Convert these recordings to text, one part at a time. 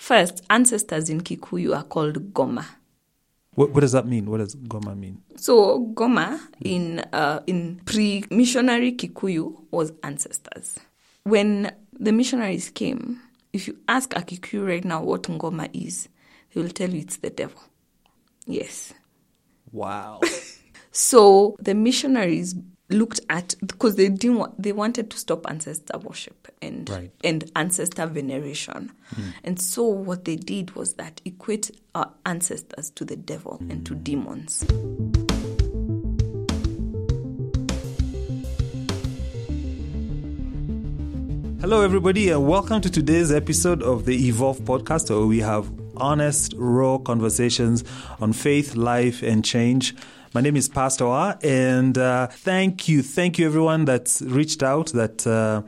First, ancestors in Kikuyu are called Goma. What, what does that mean? What does Goma mean? So Goma in uh, in pre-missionary Kikuyu was ancestors. When the missionaries came, if you ask a Kikuyu right now what Ngoma is, they will tell you it's the devil. Yes. Wow. So the missionaries looked at because they didn't want, they wanted to stop ancestor worship and Right. and ancestor veneration. And so what they did was that equate our ancestors to the devil and to demons. Hello, everybody, and welcome to today's episode of the Evolve podcast, where we have honest, raw conversations on faith, life, and change. My name is Pastor Ah, and uh, thank you, thank you, everyone that's reached out, that uh,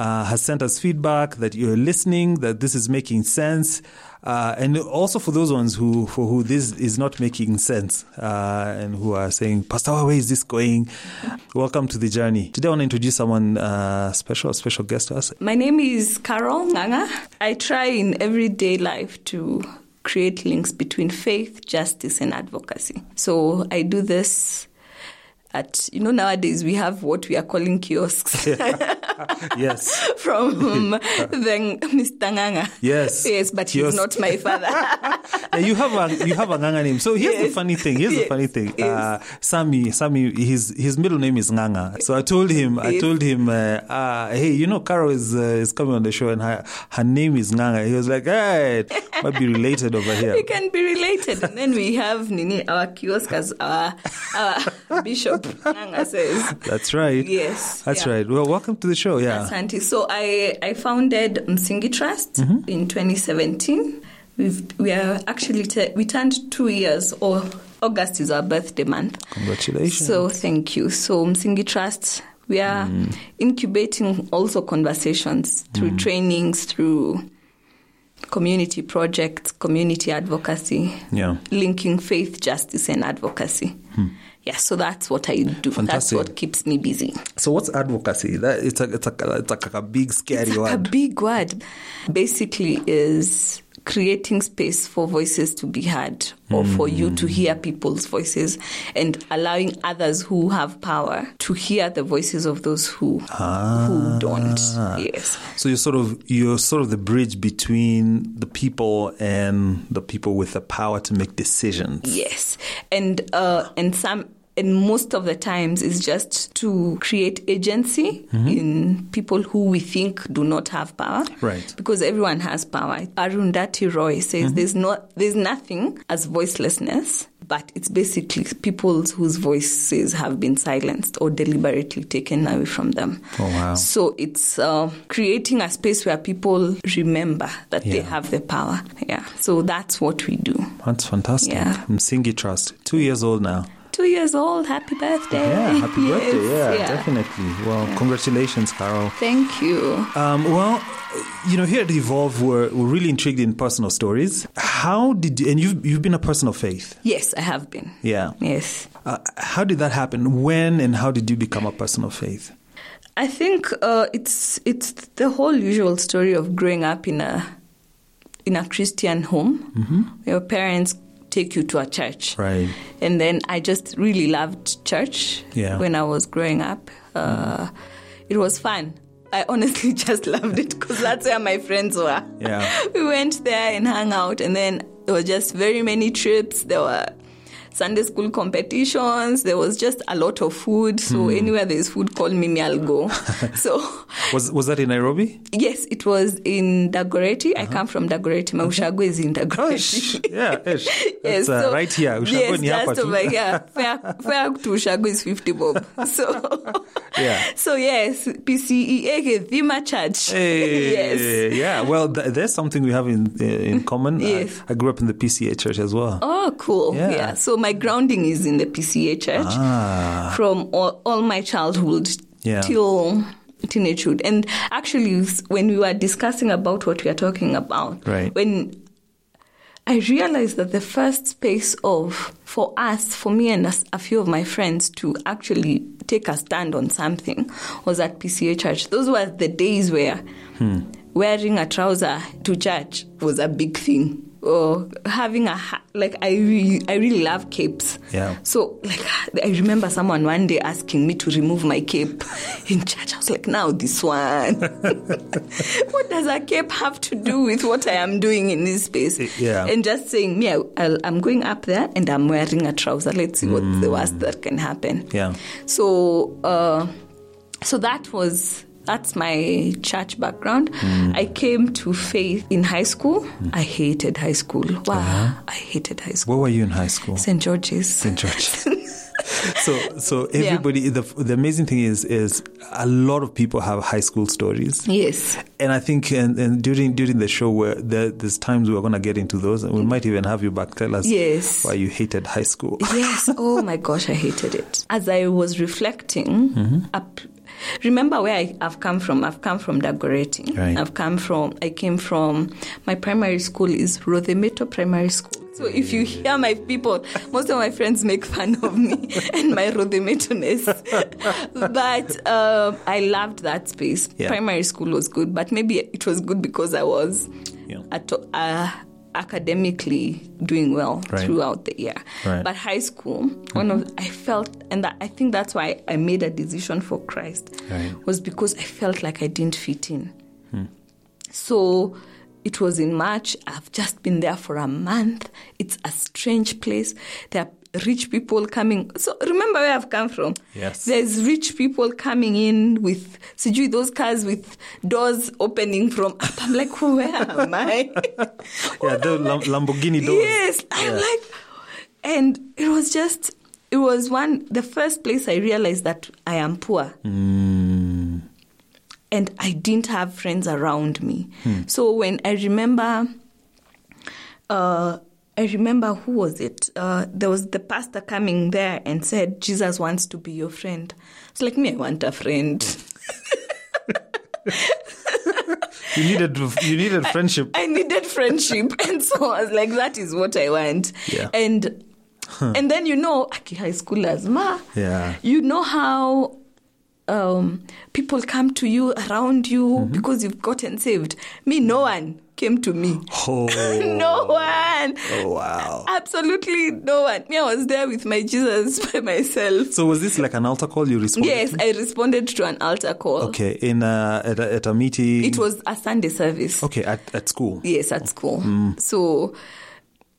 uh, has sent us feedback, that you're listening, that this is making sense. Uh, and also for those ones who for who this is not making sense uh, and who are saying, Pastor, where is this going? Welcome to the journey. Today I want to introduce someone uh, special, a special guest to us. My name is Carol Nganga. I try in everyday life to create links between faith, justice, and advocacy. So I do this at, you know, nowadays we have what we are calling kiosks Yes, from the Mr. Nganga. Uh, Yes. Yes, but Kiosk. he's not my father. Yeah, you have a you have a Nganga name. So here's the Yes. funny thing. Here's the Yes. funny thing. Uh, Sammy, Sammy, his his middle name is Nganga. So I told him, I Yes. told him, uh, uh, hey, you know, Carol is uh, is coming on the show, and her her name is Nganga. He was like, hey, might be related over here. we can be related. And then we have Nini, our kiosk, as our, our Bishop Nganga says. That's right. Yes, That's yeah. right. Well, welcome to the show. Yeah. Asante. So I, I founded Msingi Trust Mm-hmm. in 2017. We've, we are actually t- we turned two years, or August is our birthday month. Congratulations. Mm. So thank you. So Msingi Trust, we are incubating also conversations through trainings, through community projects, community advocacy, Yeah. Hmm. linking faith, justice, and advocacy. Yeah, so that's what I do. That's Fantastic. what keeps me busy. So what's advocacy? That it's a it's a it's like a big scary It's like word. a big word. Basically, is creating space for voices to be heard or for you Mm. to hear people's voices and allowing others who have power to hear the voices of those who Ah. who don't. Yes. So you're sort of you're sort of the bridge between the people and the people with the power to make decisions. Yes, and uh, and some and most of the times it's just to create agency Mm-hmm. in people who we think do not have power. Right. Mm-hmm. Because everyone has power. Arundhati Roy says there's not there's nothing as voicelessness. But it's basically people whose voices have been silenced or deliberately taken away from them. Oh, wow. So it's uh, creating a space where people remember that they Yeah. have the power. Yeah. So that's what we do. That's fantastic. Yeah. Msingi Trust, two years old now. two years old. Happy birthday. Yeah, happy Yes, birthday. Yeah, definitely. Well, congratulations, Carol. Thank you. Um, well, you know, here at Evolve, we're, we're really intrigued in personal stories. How did you, and you've, you've been a person of faith. Yes, I have been. Yeah. Yes. Uh, how did that happen? When and how did you become a person of faith? I think uh, it's it's the whole usual story of growing up in a in a Christian home. Mm-hmm. Your parents take you to a church, Right. And then I just really loved church Yeah. Mm. when I was growing up. Uh, It was fun. I honestly just loved it because that's where my friends were. Yeah. we went there and hung out, and then there were just very many trips. There were Sunday school competitions. There was just a lot of food. Hmm. So anywhere there's food, call me, me I'll go. so Was was that in Nairobi? yes, it was in Dagoretti. Uh-huh. I come from Dagoretti. My Ushago is in Oh, Dagoretti. Yeah, ish. Yes, That's, uh, so- right here. Ushago yes, ni hapa just tu. over here. Fair, fair to Ushago is 50 bob. So, Yeah. so yes, E PCEA Gethima Church. Hey, Yes. Yeah, well, th- there's something we have in uh, in common. Yes. I, I grew up in the PCA church as well. Oh, cool. Yeah. Yeah. So my grounding is in the PCA church from all, all my childhood Ah. Yeah. till teenagehood. And actually, s- when we were discussing about what we are talking about, Right. when I realized that the first space of, for us, for me and us, a few of my friends to actually take a stand on something was at PCA church. Those were the days where wearing a trouser to church was a big thing. Or having a hat, like I really, I really love capes. Yeah. So like I remember someone one day asking me to remove my cape in church. I was like, now this one. what does a cape have to do with what I am doing in this space? Yeah. And just saying, yeah, I'll, I'm going up there and I'm wearing a trouser. Let's see what's the worst that can happen. Yeah. So, uh, so that was that's my church background. I came to faith in high school. I hated high school. Wow, I hated high school. Where were you in high school? St. George's. in church. so so everybody the the amazing thing is is a lot of people have high school stories. Yes. And I think and, and during during the show where there, there's times we're gonna get into those and we might even have you back tell us Yes. why you hated high school. Yes. Oh my gosh, I hated it. As I was reflecting, Mm-hmm. up, remember where I, I've come from? I've come from Dagoretti. Right. I've come from. I came from. My primary school is Rothemeto Primary School. So if you hear my people, most of my friends make fun of me and my Rothemetoness. but um I loved that space. Yeah. Primary school was good, but maybe it was good because I was Yeah. at, uh, academically doing well Right. throughout the year. Right. But high school, one of I felt, and that, I think that's why I made a decision for Christ, Right. Hmm. was because I felt like I didn't fit in. So it was in March. I've just been there for a month. It's a strange place. There are rich people coming. So remember where I've come from. Yes. There's rich people coming in with sijui those cars with doors opening from up. I'm like, where am I? yeah, the Lam- Lamborghini doors. Yes, I'm Yeah. like, and it was just, it was one the first place I realized that I am poor, Hmm. and I didn't have friends around me. Hmm. So when I remember, uh, I remember who was it? Uh, there was the pastor coming there and said, "Jesus wants to be your friend." It's like me, I want a friend. You needed you needed friendship. I needed friendship, and so I was like, "That is what I want." Yeah. And and then you know, aki high schoolers, ma. Yeah. You know how um, people come to you around you Mm-hmm. because you've gotten saved. Me, no one came to me. Mm. oh, no one. oh, wow. Absolutely no one. Me, I was there with my Jesus by myself. So was this like an altar call you responded? Yes, I responded to an altar call. Okay, in uh, at, a, at a meeting. It was a Sunday service. okay at, at school. Yes, at school. So,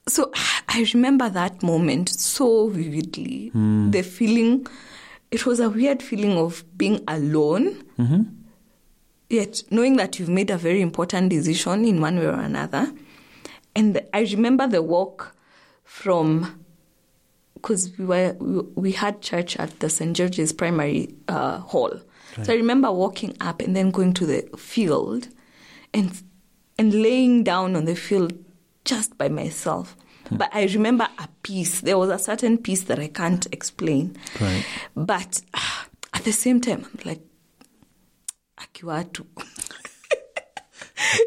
so I remember that moment so vividly. The feeling, it was a weird feeling of being alone. Yet knowing that you've made a very important decision in one way or another, and I remember the walk from because we were we, we had church at the St George's Primary uh, Hall. So I remember walking up and then going to the field, and and laying down on the field just by myself. But I remember a peace. There was a certain peace that I can't explain. Right. But ah, at the same time, I'm like, akiwatu.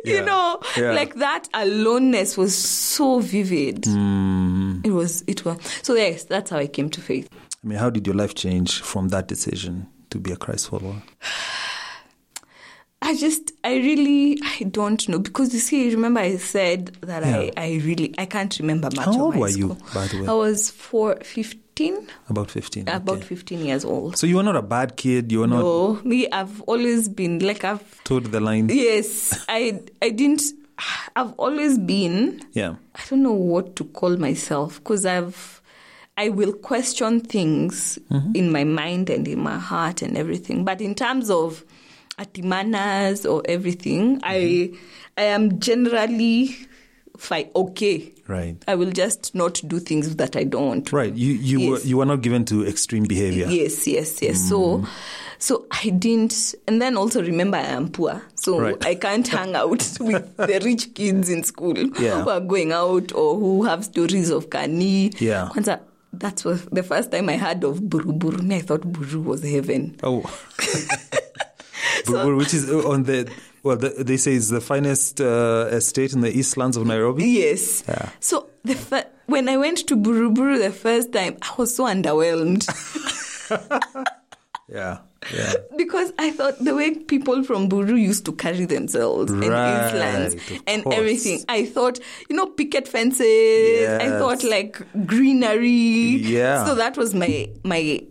Yeah. You know, Yeah. like that aloneness was so vivid. Mm. It was, it was. So yes, that's how I came to faith. I mean, how did your life change from that decision to be a Christ follower? I just, I really, I don't know because you see, remember I said that Yeah. I, I really, I can't remember much. How of old my were you, school. by the way? I was four, 15, About 15. about okay. fifteen years old. So you were not a bad kid. You were not So me, I've always been like I've, toed the line. yes, I, I didn't, I've always been Yeah. I don't know what to call myself because I've I will question things in my mind and in my heart and everything. But in terms of ati manners or everything, I I am generally fi- okay. Right. I will just not do things that I don't want to Right. You you Yes. were you were not given to extreme behavior. Yes, yes, yes. So, Mm. so I didn't, and then also remember I am poor, so Right. I can't hang out with the rich kids in school Yeah. who are going out or who have stories of kani. Yeah. Kwanza, that was the first time I heard of buruburu. Me, I thought buru was heaven. Oh. Buruburu, which is uh, on the well, the, they say it's the finest uh, estate in the eastlands of Nairobi. Yes. Yeah. So the fir- when I went to buruburu the first time, I was so underwhelmed. Yeah. Yeah. because I thought the way people from Buru used to carry themselves and Right, in of islands and course. everything, I thought, you know, picket fences. I thought Yes. like greenery. Yeah. So that was my my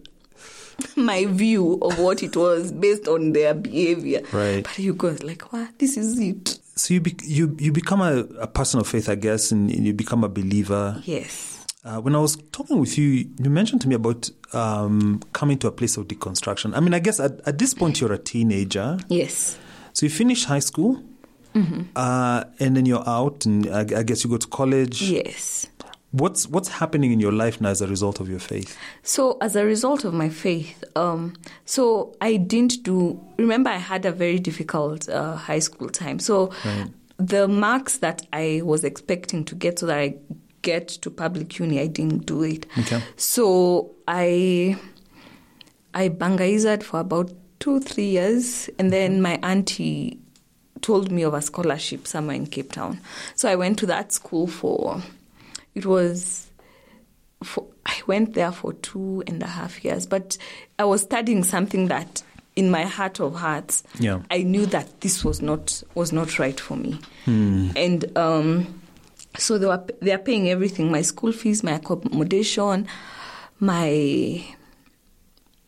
my view of what it was based on their behavior. Right. But you guys like, wow, this is it. So you be, you you become a, a person of faith, I guess, and you become a believer. Yes. Uh, when I was talking with you, you mentioned to me about um, coming to a place of deconstruction. I mean, I guess at, at this point you're a teenager, Yes. so you finish high school, uh, and then you're out, and I, I guess you go to college. Yes. What's what's happening in your life now as a result of your faith? So, as a result of my faith, um, so I didn't do. Remember, I had a very difficult uh, high school time. So, the marks that I was expecting to get so that I get to public uni, I didn't do it. Okay. So I I bangaized for about two, three years, and then my auntie told me of a scholarship somewhere in Cape Town. So I went to that school for it was for I went there for two and a half years, but I was studying something that in my heart of hearts Yeah. I knew that this was not was not right for me, and um, so they were they are paying everything: my school fees, my accommodation, my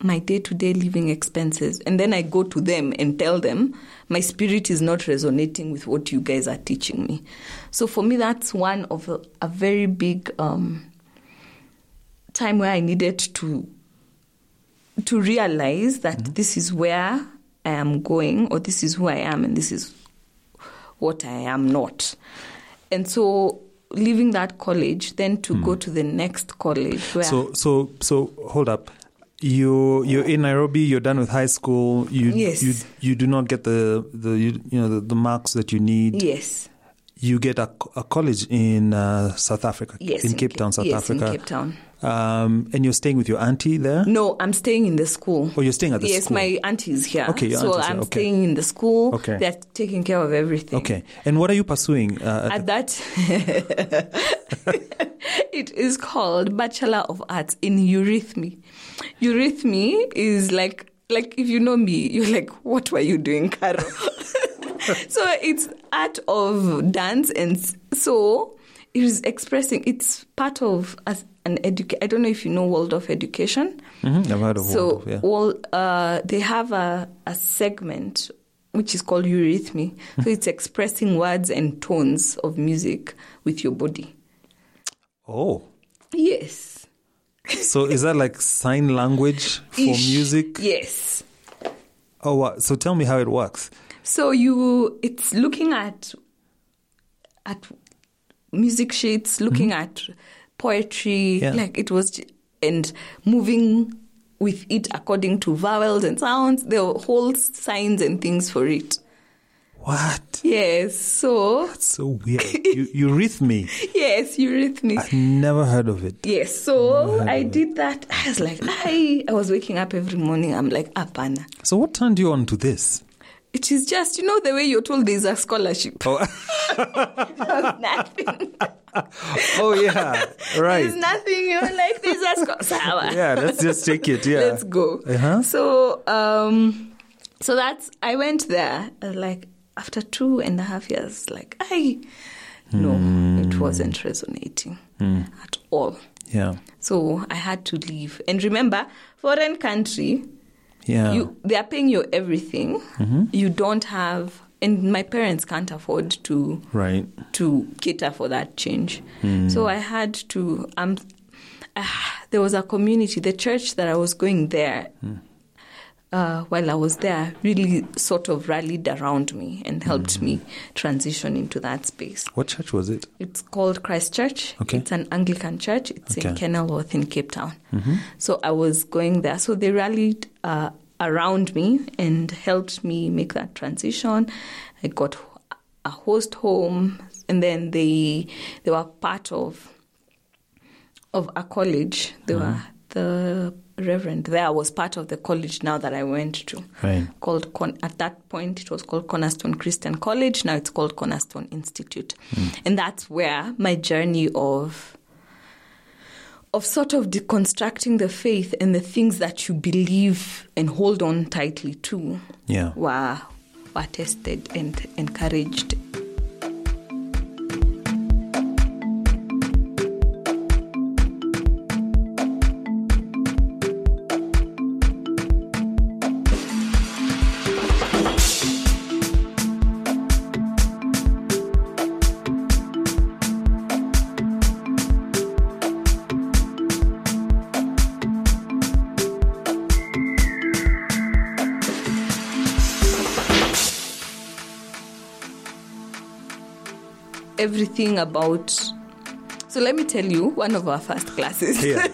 my day to day living expenses, and then I go to them and tell them my spirit is not resonating with what you guys are teaching me. So for me, that's one of a, a very big um, time where I needed to to realize that this is where I am going, or this is who I am, and this is what I am not. And so, leaving that college, then to go to the next college where So so so hold up. You you're in Nairobi. You're done with high school. You Yes. you you do not get the the you, you know the, the marks that you need. yes, You get a, co- a college in uh, South Africa. yes, in Cape Town, South yes, Africa. in Cape Town. Um, and you're staying with your auntie there. No, I'm staying in the school. Oh, you're staying at the yes, school. my auntie is here. Okay, your so auntie's here, I'm okay. staying in the school. Okay. They're taking care of everything. Okay. And what are you pursuing? Uh, At that, it is called Bachelor of Arts in Eurythmy. Eurythmy is like, like if you know me, you're like, what were you doing, Caro? so it's art of dance, and s- so it is expressing. It's part of as an educa. I don't know if you know World of Education. mhm, I've heard of So, Waldorf, yeah. well, uh, they have a, a segment which is called eurythmy. So it's expressing words and tones of music with your body. Oh. Yes. So is that like sign language for Ish. music? Yes. Oh, wow. so tell me how it works. So you, it's looking at at music sheets, looking at poetry, Mm-hmm. Yeah. like it was, j- and moving with it according to vowels and sounds. There were whole signs and things for it. What? Yes. So So weird. you, you wreath me. yes, eurythmy. I've never heard of it. Yes, so Mm, I did that. I was like, I, I was waking up every morning. I'm like, apana. So what turned you on to this? It is just, you know, the way you're told there's a scholarship. Oh. There's nothing. Oh yeah, There's nothing. You're like, there's a scholarship. Yeah, let's just take it. Yeah. Let's go. Uh-huh. So, um, so that's, I went there, uh, like, after two and a half years, like, I, no, Hmm. it wasn't resonating at all. Yeah, So I had to leave. And remember, foreign country, yeah. Mm-hmm. you they are paying you everything you don't have and my parents can't afford to right. Mm. to cater for that change so i had to um ah, there was a community the church that i was going there Hmm. uh, while i was there really sort of rallied around me and helped Hmm. me transition into that space What church was it? it's called Christ Church. Okay. It's an Anglican church. It's in Okay. Mm-hmm. Kenilworth in Cape Town. So I was going there. So they rallied uh, around me and helped me make that transition. I got a host home, and then they they were part of of a college. They Mm-hmm. were the reverend there was part of the college now that I went to. Right. Called Con- at that point it was called Cornerstone Christian College. Now it's called Hmm. Cornerstone Institute, and that's where my journey of of sort of deconstructing the faith and the things that you believe and hold on tightly to Yeah. were, were tested and encouraged. Everything about. So let me tell you, one of our first classes. Yeah.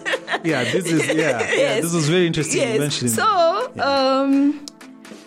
Yeah, this is yeah. Yeah, Yes. this was very interesting you yes. mentioned. So um,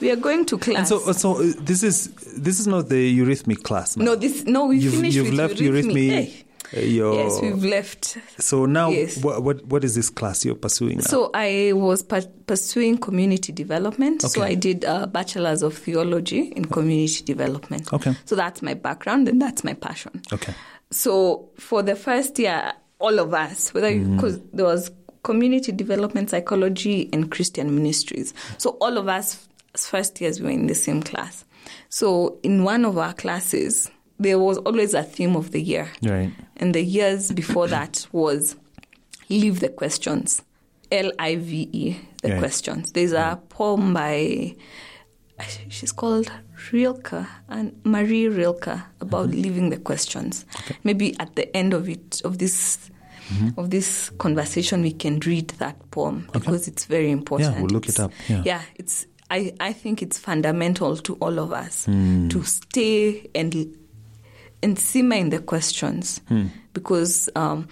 we are going to class. and so uh, so uh, this is this is not the eurythmic class. ma'am. no, this no. We you've finished you've with left eurythmy. eurythmy. uh, your Yes, we've left. so now Yes. what, what what is this class you're pursuing now? So I was pa- pursuing community development. So Okay. I did a bachelor's of theology in community development. Okay. So that's my background and that's my passion. okay. So for the first year, all of us, whether Mm. because there was community development psychology and Christian ministries, so all of us as first years we were in the same class. So in one of our classes, there was always a theme of the year, Right. and the years before that was leave the questions, L I V E the Right. questions. There's a poem by she's called Rilke and Marie Rilke about Mm-hmm. leaving the questions. Maybe at the end of it of this Mm-hmm. of this conversation we can read that poem because it's very important. we'll look it It's- up. Yeah. it's I, I think it's fundamental to all of us to stay and and simmer in the questions because um,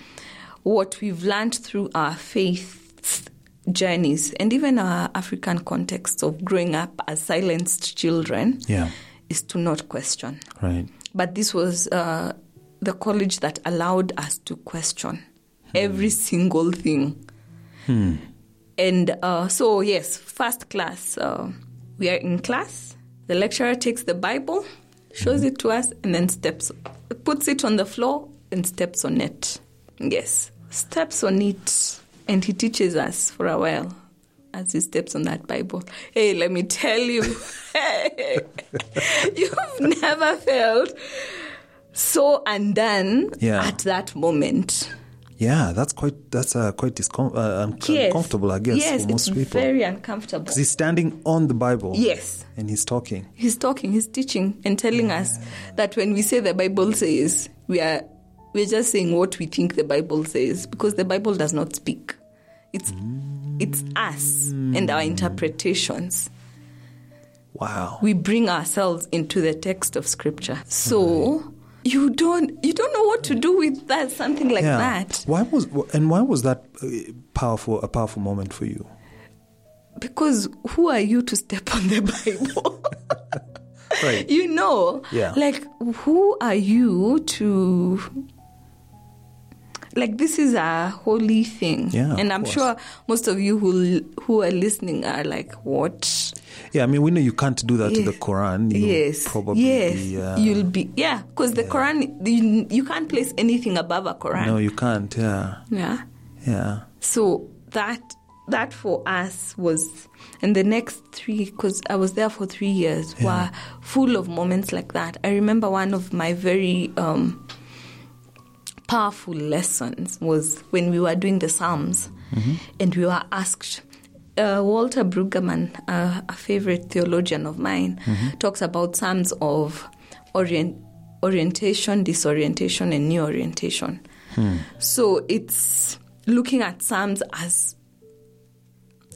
what we've learned through our faith journeys and even our African context of growing up as silenced children Yeah. is to not question. Right. But this was uh, the college that allowed us to question every single thing. And uh, so, yes, first class, uh, we are in class. The lecturer takes the Bible, shows it to us, and then steps, puts it on the floor and steps on it. Yes, steps on it. And he teaches us for a while as he steps on that Bible. Hey, let me tell you, you've never felt so undone Yeah. at that moment. Yeah, that's quite that's uh, quite discom- uh, un- Yes. uncomfortable, I guess, Yes, for most it's people. very uncomfortable. 'Cause he's standing on the Bible. Yes. And he's talking. He's talking, he's teaching, and telling us that when we say the Bible says, we are we're just saying what we think the Bible says because the Bible does not speak. It's it's us and our interpretations. Wow. We bring ourselves into the text of Scripture, so you don't you don't know what to do with that something like yeah. that Why was and why was that uh, powerful a powerful moment for you? because who are you to step on the Bible? Right. you know Yeah. like who are you to like this is a holy thing Yeah, and of i'm course. sure most of you who who are listening are like what Yeah, I mean we know you can't do that to Yeah. the Quran. You yes Probably. yes uh, you'll be yeah because the quran you, you can't place anything above a quran No, you can't. Yeah. yeah Yeah. so that that for us was and the next three because i was there for three years were full of moments like that i remember one of my very um, powerful lessons was when we were doing the psalms and we were asked uh, walter brueggemann uh, a favorite theologian of mine talks about psalms of orient, orientation disorientation and new orientation so it's looking at psalms as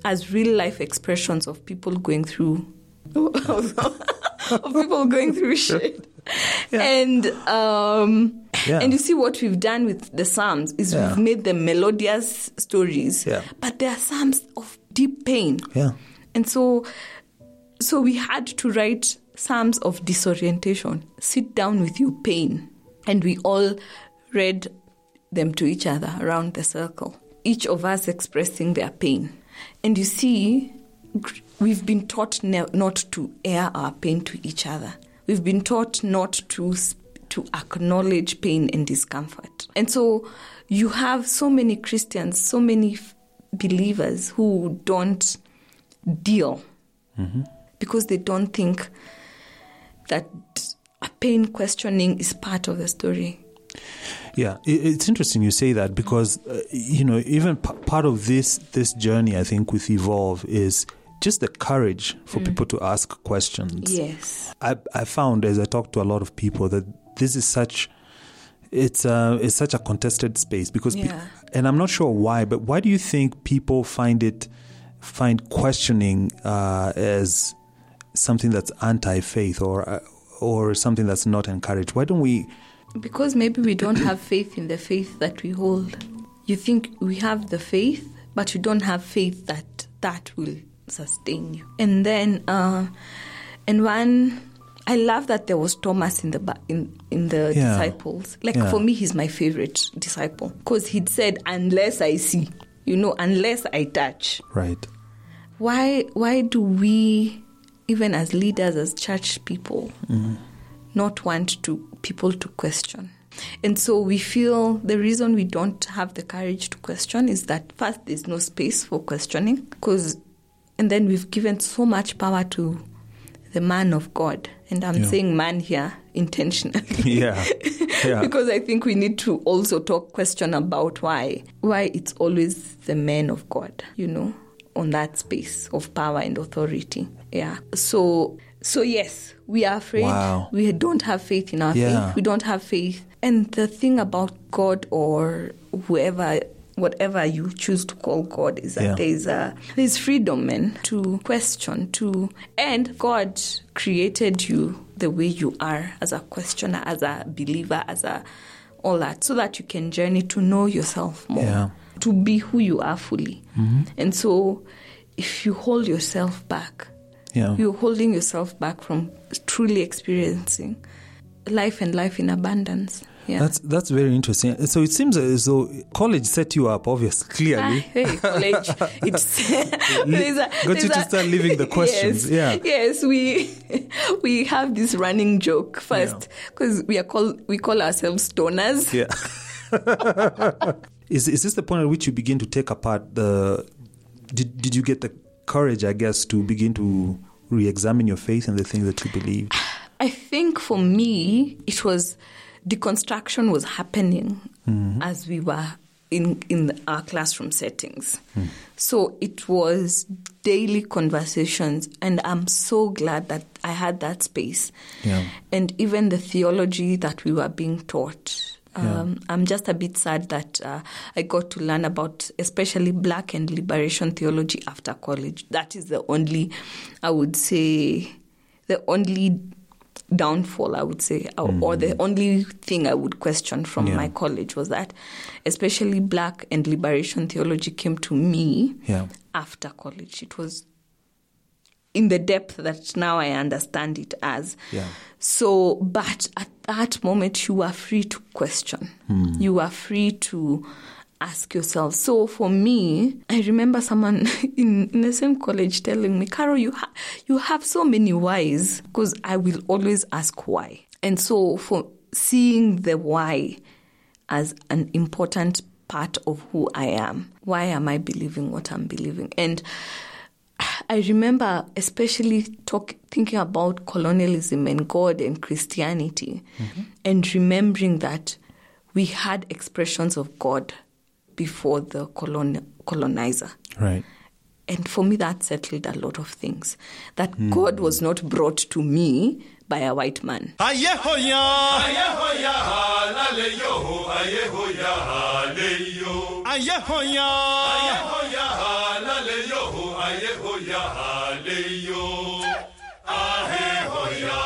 as real life expressions of people going through of people going through shit. And um Yeah. and you see what we've done with the psalms is Yeah. we've made them melodious stories, Yeah. but they are psalms of deep pain. Yeah. And so so we had to write psalms of disorientation. Sit down with you pain. And we all read them to each other around the circle, each of us expressing their pain. And you see, gr- we've been taught ne- not to air our pain to each other. We've been taught not to s- to acknowledge pain and discomfort. And so you have so many Christians, so many f- believers who don't deal because they don't think that a pain questioning is part of the story. Yeah, i- it's interesting you say that because uh, you know even p- part of this this journey I think with evolve is just the courage for Mm. people to ask questions. Yes. I I found as I talk to a lot of people that this is such it's uh it's such a contested space because pe- Yeah. and I'm not sure why but why do you think people find it find questioning uh, as something that's anti-faith or uh, or something that's not encouraged? Why don't we Because maybe we don't have faith in the faith that we hold. You think we have the faith, but you don't have faith that that will sustain you. And then, uh, and one, I love that there was Thomas in the ba- in in the Yeah. disciples. Like Yeah. for me, he's my favorite disciple because he'd said, "Unless I see, you know, unless I touch." right? why why do we even as leaders as church people not want to people to question and so we feel the reason we don't have the courage to question is that first there's no space for questioning because and then we've given so much power to the man of god and i'm Yeah. saying man here intentionally yeah. Yeah. because I think we need to also talk question about why why it's always the men of God, you know, on that space of power and authority. Yeah. So so yes, we are afraid. Wow. We don't have faith in our Yeah. faith. We don't have faith. And the thing about God or whoever whatever you choose to call God is that Yeah. there is a there's freedom man to question to and God created you the way you are as a questioner, as a believer, as a all that, so that you can journey to know yourself more, Yeah. Mm-hmm. to be who you are fully. And so if you hold yourself back, Yeah. you're holding yourself back from truly experiencing life and life in abundance. Yeah. That's that's very interesting. So it seems as though college set you up, obviously, Ah, clearly. hey, college. It's there's a, Got you there's to a- start leaving the questions, Yes, yeah. Yes, we we have this running joke first because we are called we call ourselves stoners. Yeah. is is this the point at which you begin to take apart the? Did did you get the courage, I guess, to begin to re-examine your faith and the things that you believed? I think for me it was deconstruction was happening as we were in in our classroom settings. So it was daily conversations and I'm so glad that I had that space. Yeah. and even the theology that we were being taught. Um, I'm just a bit sad that uh, I got to learn about, especially black and liberation theology after college. That is the only, I would say, the only downfall, I would say, or, or the only thing I would question from Mm. Yeah. my college was that, especially black and liberation theology came to me Yeah. after college. It was in the depth that now I understand it as. Yeah. So, but at that moment, you are free to question. You are free to ask yourself. So, for me, I remember someone in, in the same college telling me, "Carol, you ha- you have so many whys because I will always ask why." And so, for seeing the why as an important part of who I am, why am I believing what I'm believing? And I remember especially talk, thinking about colonialism and God and Christianity and remembering that we had expressions of God before the colon, colonizer. Right. And for me, that settled a lot of things. That God was not brought to me by a white man. Ayehoya, ayehoya, hallelujah, ayehoya, hallelujah. Ayehoya, ayehoya, hallelujah, ayehoya, hallelujah. Ahehoya,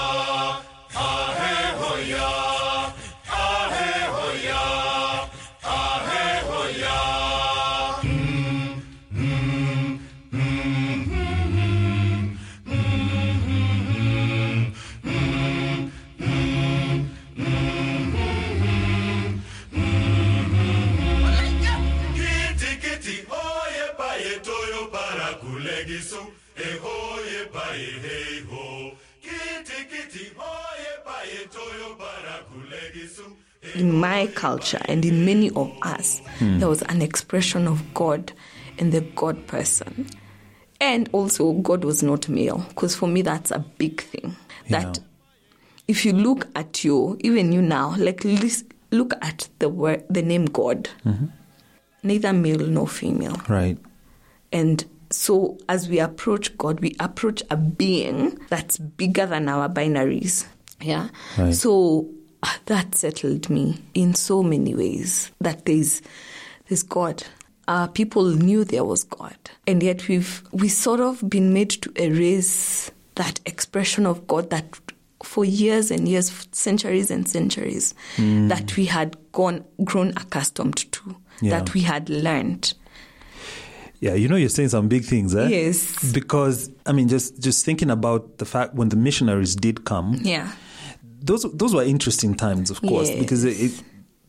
ahehoya, ahehoya, ahehoya. Kitikiti, oye baye, toyo para kulegisu, E ehoye baye, hey ho. Kitikiti, oye baye, toyo para kulegisu. in my culture and in many of us, there was an expression of God in the God person. And also, God was not male, because for me, that's a big thing. That Yeah. if you look at you, even you now, like lis- look at the word, the name God, neither male nor female. Right. And so, as we approach God, we approach a being that's bigger than our binaries. Yeah. Right. So ah, that settled me in so many ways that there's there's God. Uh, people knew there was God, and yet we've we sort of been made to erase that expression of God that for years and years, f- centuries and centuries, Hmm. that we had gone grown accustomed to, Yeah. that we had learned. Yeah, you know you're saying some big things, eh? Yes. Because I mean just just thinking about the fact when the missionaries did come, Yeah. those those were interesting times, of course, Yes. because it, it,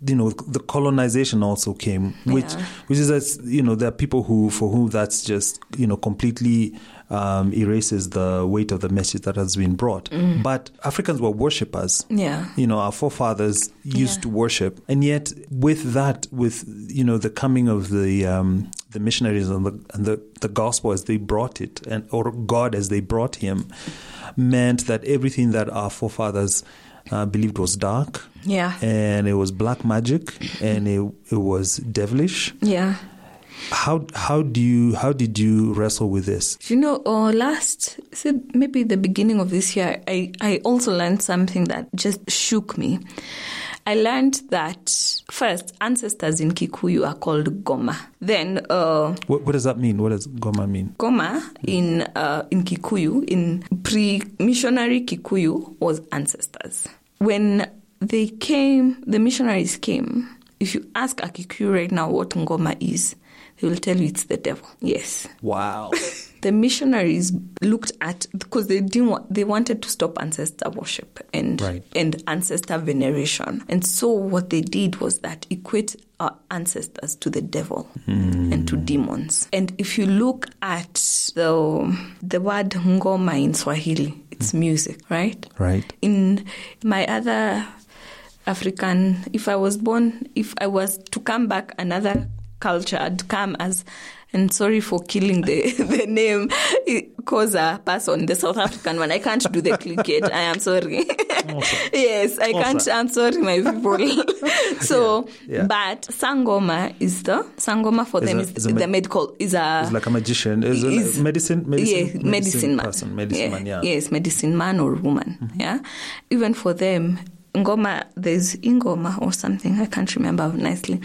you know the colonization also came, which Yeah. which is as you know there are people who for whom that's just you know completely um, erases the weight of the message that has been brought. But Africans were worshippers. Mm. Yeah. You know, our forefathers used to worship, and yet with that, with you know the coming of the um, the missionaries and the and the, the gospel as they brought it, and or God as they brought Him, meant that everything that our forefathers uh, believed was dark, Yeah. and it was black magic, and it it was devilish. Yeah. How how do you how did you wrestle with this? Do you know, uh, last, is it maybe the beginning of this year, I, I also learned something that just shook me. I learned that first, ancestors in Kikuyu are called Goma. Then, uh, What what does that mean? What does Goma mean? Goma in, uh, in Kikuyu, in pre missionary Kikuyu, was ancestors. When they came, the missionaries came, if you ask a Kikuyu right now what Ngoma is, they will tell you it's the devil. Yes. Wow. the missionaries looked at because they didn't want, they wanted to stop ancestor worship and Right. and ancestor veneration and so what they did was that equate our ancestors to the devil and to Hmm. demons and if you look at the the word ngoma in swahili it's music right Hmm. Right. in my other African, if I was born, if I was to come back another culture, I'd come as, and sorry for killing the, the name, Kosa person, the South African one. I can't do the click yet. I am sorry. yes, I can't. I'm sorry, my people. so, Yeah, yeah. but Sangoma is the, Sangoma for Is them a- is, is a the med- medical, is a, It's like a magician. It's a is- medicine, medicine, yeah, medicine man. person, medicine man. Yeah. Yes, medicine man or woman. Yeah. Even for them, ngoma, there's ingoma or something, I can't remember nicely,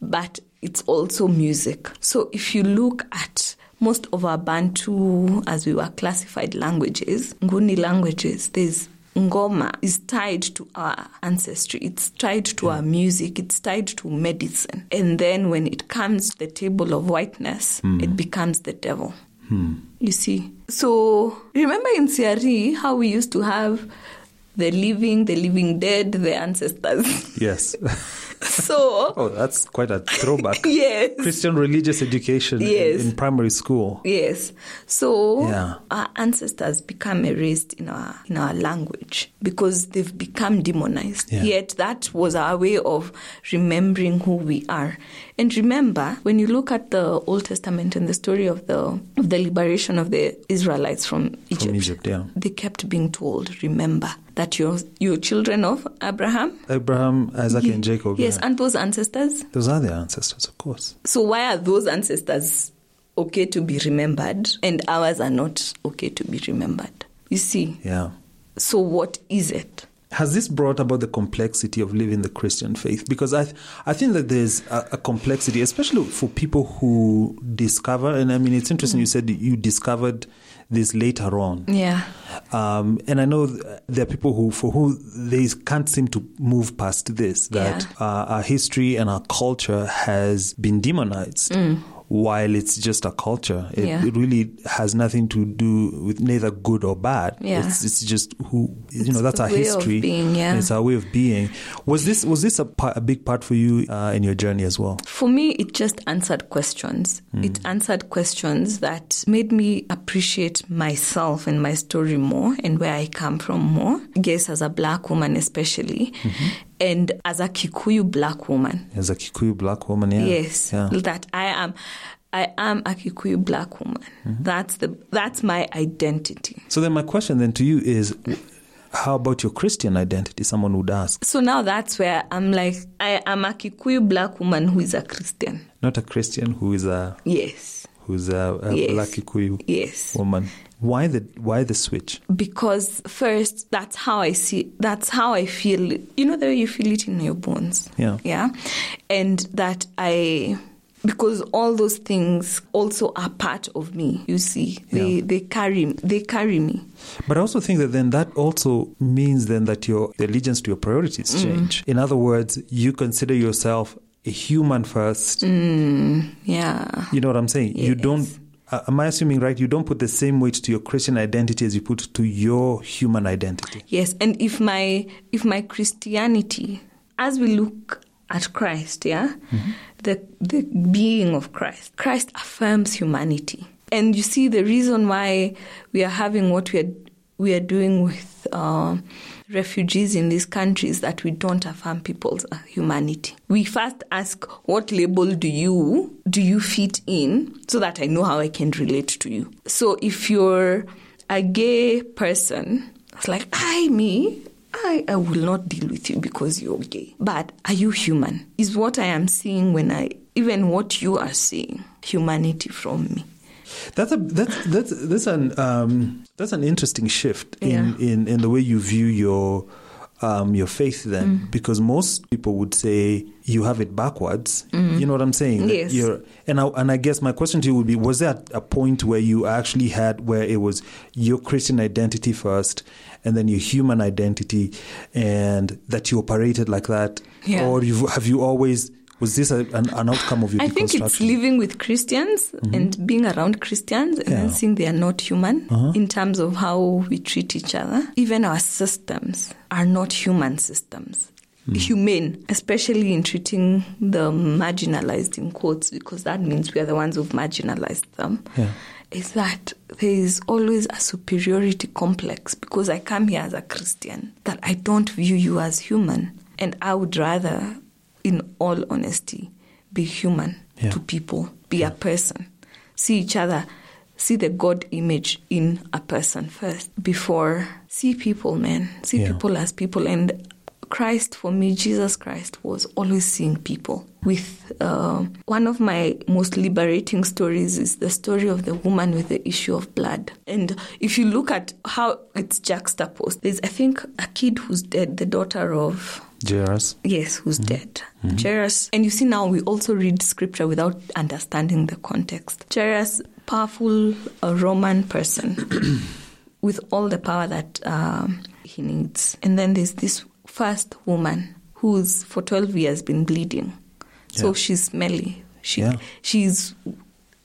but it's also music. So if you look at most of our Bantu, as we were classified languages, Nguni languages, there's Ngoma is tied to our ancestry. It's tied to our music. It's tied to medicine. And then when it comes to the table of whiteness, it becomes the devil. You see. So remember in CRE how we used to have the living, the living dead, the ancestors. Yes. so oh, that's quite a throwback. yes. Christian religious education in- Yes. in, primary school. Yes. So Yeah. our ancestors become erased in our in our language because they've become demonized. Yeah. Yet that was our way of remembering who we are. And remember, when you look at the Old Testament and the story of the of the liberation of the Israelites from Egypt, Egypt, yeah. they kept being told, remember that you're you're children of Abraham. Abraham, Isaac, and Jacob. Yes, yeah. and those ancestors Those are their ancestors, of course. so why are those ancestors okay to be remembered and ours are not okay to be remembered? You see? Yeah. So what is it? Has this brought about the complexity of living the Christian faith? Because I, th- I think that there's a, a complexity, especially for people who discover. And I mean, it's Mm. interesting. You said you discovered this later on. Yeah. Um, and I know th- there are people who, for who they can't seem to move past this that Yeah. uh, our history and our culture has been demonized. While it's just a culture, it, Mm. Yeah. it really has nothing to do with neither good or bad. Yeah. It's, it's just who you know. It's That's the our way of history. being, yeah. and It's our way of being. Was this was this a, pa- a big part for you uh, in your journey as well? For me, it just answered questions. Hmm. It answered questions that made me appreciate myself Mm-hmm. and my story more and where I come from more. Yes, as a black woman, especially. and as a Kikuyu black woman. As a Kikuyu black woman, yeah. yes, Yeah. that I am. I am a Kikuyu black woman. Mm-hmm. That's the that's my identity. So then my question then to you is how about your Christian identity? Someone would ask. So now that's where I'm like I am a Kikuyu black woman who is a Christian. Not a Christian who is a Yes. who's a, a Yes. black Kikuyu Yes. woman. Why the why the switch? Because first that's how I see that's how I feel it. you know the way you feel it in your bones. Yeah. Yeah. And that I because all those things also are part of me, you see. They Yeah. they carry they carry me. But I also think that then that also means then that your the allegiance to your priorities Mm. change. In other words, you consider yourself a human first. Mm. Yeah. You know what I'm saying? You don't. Uh, am I assuming right? You don't put the same weight to your Christian identity as you put to your human identity. Yes, and if my if my Christianity, as we look at Christ, yeah, the the being of Christ, Christ affirms humanity, and you see the reason why we are having what we are we are doing with. Uh, Refugees in these countries that we don't affirm people's uh, humanity. We first ask, what label do you do you fit in, so that I know how I can relate to you. So if you're a gay person, it's like, I, me, I, I will not deal with you because you're gay. But are you human? Is what I am seeing when I, even what you are seeing, humanity from me. That's a that's that's that's an um, that's an interesting shift in, Yeah. in, in the way you view your um, your faith then Mm. because most people would say you have it backwards. You know what I'm saying? That Mm. Yes. You're, and I, and I guess my question to you would be: Was there a point where you actually had where it was your Christian identity first, and then your human identity, and that you operated like that, Yeah. or you've, have you always? Was this a, an, an outcome of your I deconstruction? think it's living with Christians and being around Christians and then Yeah. seeing they are not human Uh-huh. in terms of how we treat each other. Even our systems are not human systems. Hmm. Humane, especially in treating the marginalized in quotes, because that means we are the ones who've marginalized them. Yeah. Is that there is always a superiority complex because I come here as a Christian that I don't view you as human, and I would rather, in all honesty, be human Yeah. to people, be a person, see each other, see the God image in a person first before see people, man, see Yeah. people as people. And Christ, for me, Jesus Christ was always seeing people. With um one of my most liberating stories is the story of the woman with the issue of blood. And if you look at how it's juxtaposed, there's I think a kid who's dead, the daughter of Jairus? Yes, who's dead. Jairus. And you see now we also read scripture without understanding the context. Jairus, powerful uh, Roman person with all the power that um, he needs. And then there's this first woman who's for 12 years been bleeding. So Yeah. she's smelly. She, Yeah. She's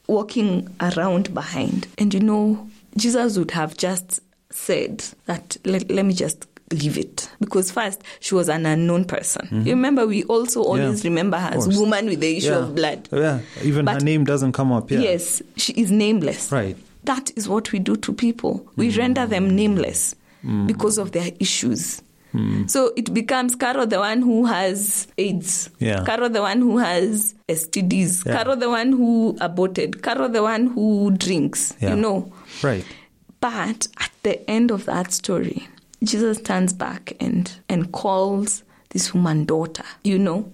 walking around behind. And you know, Jesus would have just said that, let, let me just leave it. Because first, she was an unknown person. You remember, we also always remember her as Mm-hmm. course. woman with the issue yeah. of blood. Yeah, even her But- name doesn't come up. Yeah. Yes, she is nameless. Right. Mm. That is what we do to people. We render them nameless because of their issues. Mm. So it becomes Caro the one who has AIDS. Yeah. Caro the one who has STDs. Yeah. Caro the one who aborted. Caro the one who drinks. Yeah. You know. Right. But at the end of that story, Jesus turns back and and calls this woman daughter. You know.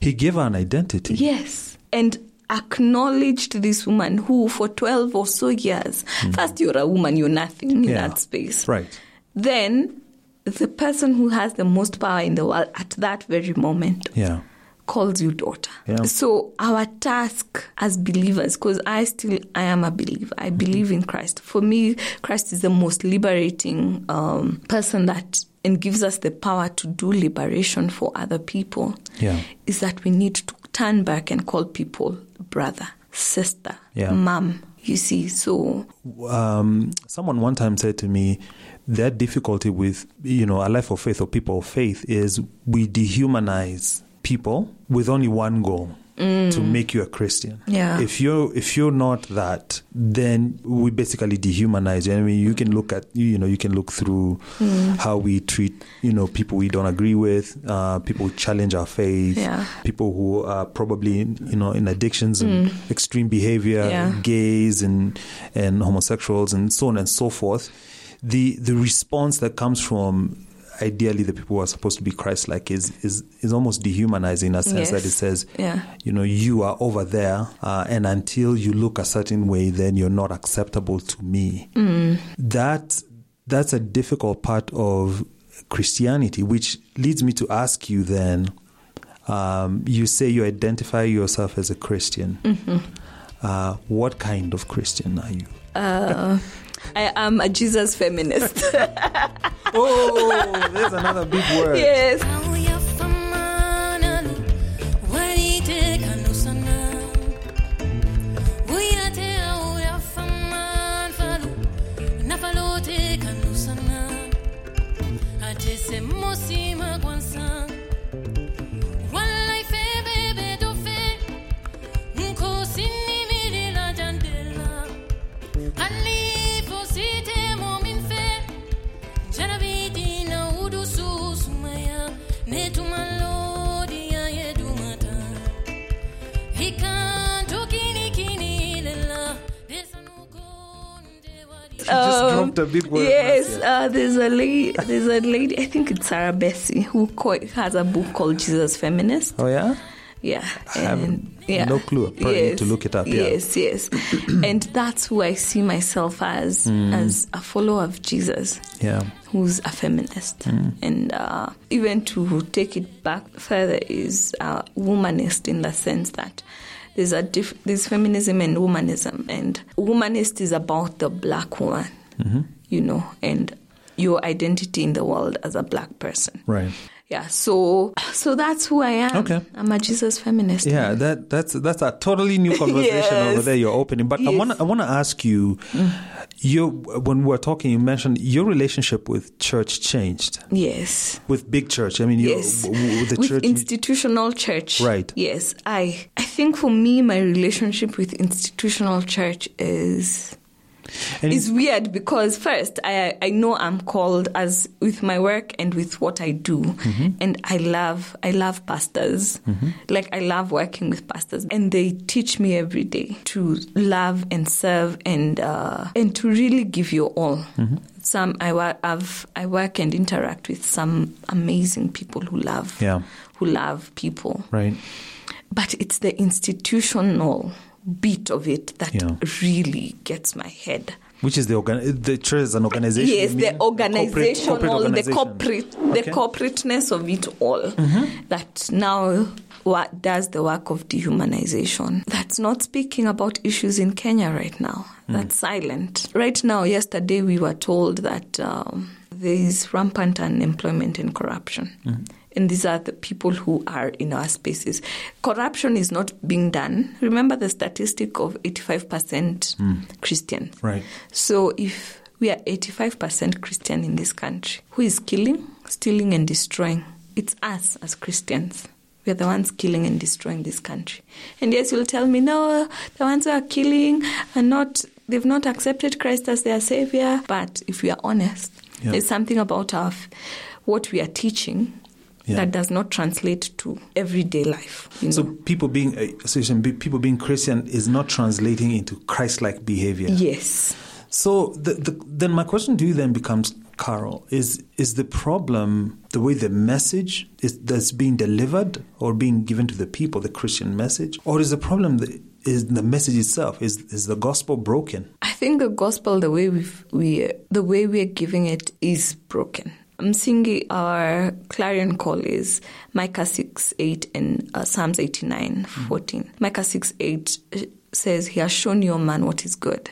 He gave her an identity. Yes. And acknowledged this woman who, for 12 or so years, first, you're a woman, you're nothing in Mm. Yeah. that space. Right. Then, the person who has the most power in the world at that very moment Yeah. calls you daughter. Yeah. So our task as believers, because I still I am a believer. Mm-hmm. I believe in Christ. For me, Christ is the most liberating um, person that and gives us the power to do liberation for other people. Yeah. Is that we need to turn back and call people brother, sister, Yeah. mom. You see, so Um, someone one time said to me, their difficulty with you know a life of faith or people of faith is we dehumanize people with only one goal. to make you a Christian. Mm. Yeah. If you're if you're not that, then we basically dehumanize you. I mean, you can look at you know you can look through Mm. how we treat you know people we don't agree with, uh, people who challenge our faith, Yeah. people who are probably in, you know in addictions and Mm. extreme behavior, Yeah. gays and and homosexuals and so on and so forth. The the response that comes from ideally the people who are supposed to be Christ like is, is is almost dehumanizing in a sense that it Yes. says Yeah. you know you are over there uh, and until you look a certain way then you're not acceptable to me that that's a difficult part of Christianity, which leads me to ask you then. Um, you say you identify yourself as a Christian. Uh, what kind of Christian are you? I am a Jesus feminist. Oh, there's another big word. yes. She just dropped a big word. Um, Yes, uh, there's a lady. There's a lady. I think it's Sarah Bessie who co- has a book called Jesus Feminist. Oh, yeah? Yeah, I have and- yeah. no clue. I probably need to look it up, yeah. Yes, yes, and that's who I see myself as Hmm. as a follower of Jesus Yeah. who's a feminist. Mm. And uh, even to take it back further is a womanist in the sense that there's a diff- there's feminism and womanism, and womanist is about the black woman, Mm-hmm. you know, and your identity in the world as a black person. Right. Yeah, so so that's who I am. Okay. I'm a Jesus feminist. Yeah, that that's that's a totally new conversation Yes. over there you're opening. But I Yes. Mm. want to I want to ask you, you when we were talking, you mentioned your relationship with church changed Yes. with big church. I mean, you, yes w- w- the with church. institutional church Right. yes i i think for me my relationship with institutional church is And is weird because first I I know I'm called as with my work and with what I do Mm-hmm. and I love I love pastors like I love working with pastors and they teach me every day to love and serve and uh, and to really give your all. Mm-hmm. Some I work I've, I work and interact with some amazing people who love Yeah. who love people right. but it's the institutional bit of it that Yeah. really gets my head. Which is the organ- the church is an organization. Yes, you mean? the A corporate- organizational, the organization. corporate, Okay. Mm-hmm. the corporateness of it all that now what does the work of dehumanization. That's not speaking about issues in Kenya right now. Mm. That's silent. Right now, yesterday we were told that um, there is rampant unemployment and corruption. Mm-hmm. And these are the people who are in our spaces. Corruption is not being done. Remember the statistic of 85% Christian. Mm. Right. So if we are 85% Christian in this country, who is killing, stealing, and destroying? It's us as Christians. We are the ones killing and destroying this country. And yes, you'll tell me, no, the ones who are killing are not, they've not accepted Christ as their savior. But if we are honest, Yeah. there's something about our, f- what we are teaching Yeah. that does not translate to everyday life. You know? So people being uh, so you said be- people being Christian is not translating into Christ-like behavior. yes. So the, the, then my question to you then becomes, Carol, is is the problem the way the message is that's being delivered or being given to the people, the Christian message, or is the problem the, is the message itself? Is is the gospel broken? I think the gospel, the way we've, we the way we are giving it, is broken. I'm singing our clarion call is Micah 6 8 and uh, Psalms 89 14. Micah 6 8 says, He has shown your man what is good.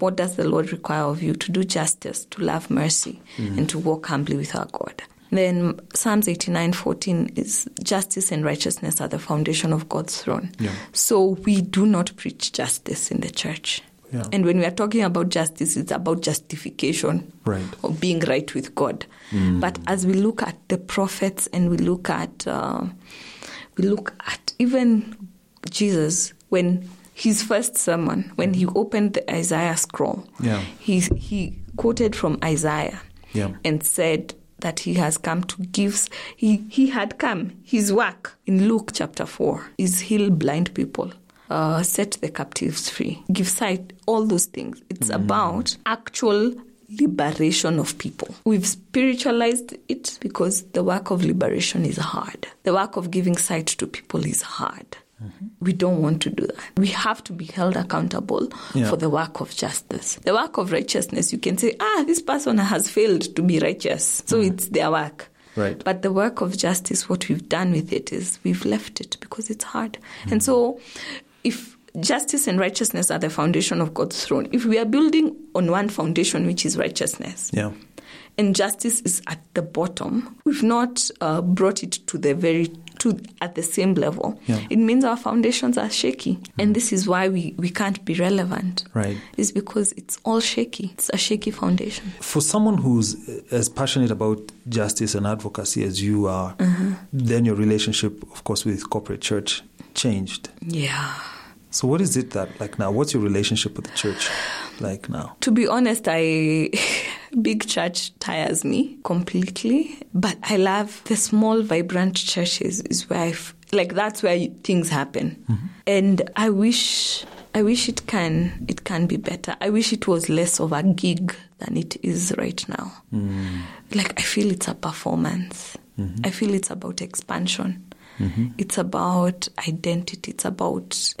What does the Lord require of you? To do justice, to love mercy, and to walk humbly with our God. Then Psalms 89:14 is justice and righteousness are the foundation of God's throne. So we do not preach justice in the church. Yeah. And when we are talking about justice, it's about justification Right. Mm. or being right with God. But as we look at the prophets and we look at uh, we look at even Jesus, when his first sermon, when he opened the Isaiah scroll, Mm. Yeah. he, he quoted from Isaiah Yeah. and said that he has come to give, he, he had come, his work in Luke chapter 4 is heal blind people. Uh, set the captives free, give sight, all those things. It's Mm. about actual liberation of people. We've spiritualized it because the work of liberation is hard. The work of giving sight to people is hard. Mm-hmm. We don't want to do that. We have to be held accountable Yeah. for the work of justice. The work of righteousness, you can say, ah, this person has failed to be righteous, so it's their work. Mm. Right. But the work of justice, what we've done with it is we've left it because it's hard. And Mm. so, if justice and righteousness are the foundation of God's throne, if we are building on one foundation, which is righteousness, Yeah. and justice is at the bottom, we've not uh, brought it to the very to at the same level. Yeah. Mm. It means our foundations are shaky, and this is why we we can't be relevant. Right. It's because it's all shaky. It's a shaky foundation. For someone who's as passionate about justice and advocacy as you are, then your relationship, of course, with corporate church changed. Yeah. So what is it that like now? What's your relationship with the church like now? To be honest, I big church tires me completely, but I love the small vibrant churches is where I f- like that's where you- things happen. And I wish I wish it can it can be better. I wish it was less of a gig than it is right now. Like I feel it's a performance. I feel it's about expansion. It's about identity. It's about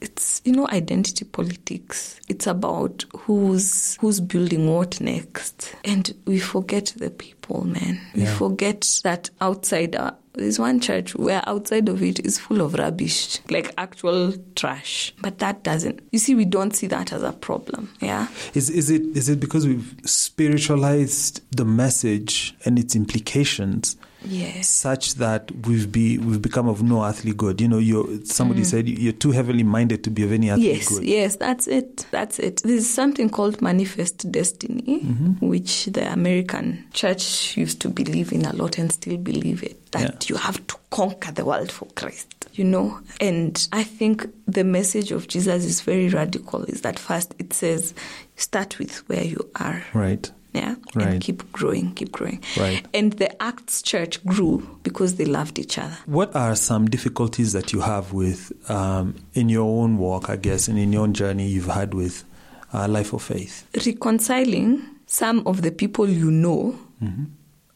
it's you know identity politics. It's about who's who's building what next, and we forget the people, man. We Yeah. forget that outside our, there's one church where outside of it is full of rubbish, like actual trash. But that doesn't. You see, we don't see that as a problem. Yeah. Is is it is it because we've spiritualized the message and its implications Yes. such that we've be we've become of no earthly good? You know, you somebody said you're too heavily minded to be of any earthly Mm. Yes, good. yes, that's it. That's it. There's something called manifest destiny, Mm-hmm. which the American church used to believe in a lot and still believe it that Yeah. you have to conquer the world for Christ, you know? And I think the message of Jesus is very radical is that first it says, start with where you are. Right. Yeah, Right. and keep growing, keep growing. Right. And the Acts church grew because they loved each other. What are some difficulties that you have with um, in your own walk, I guess, and in your own journey you've had with uh, life of faith? reconciling some of the people you know Mm-hmm.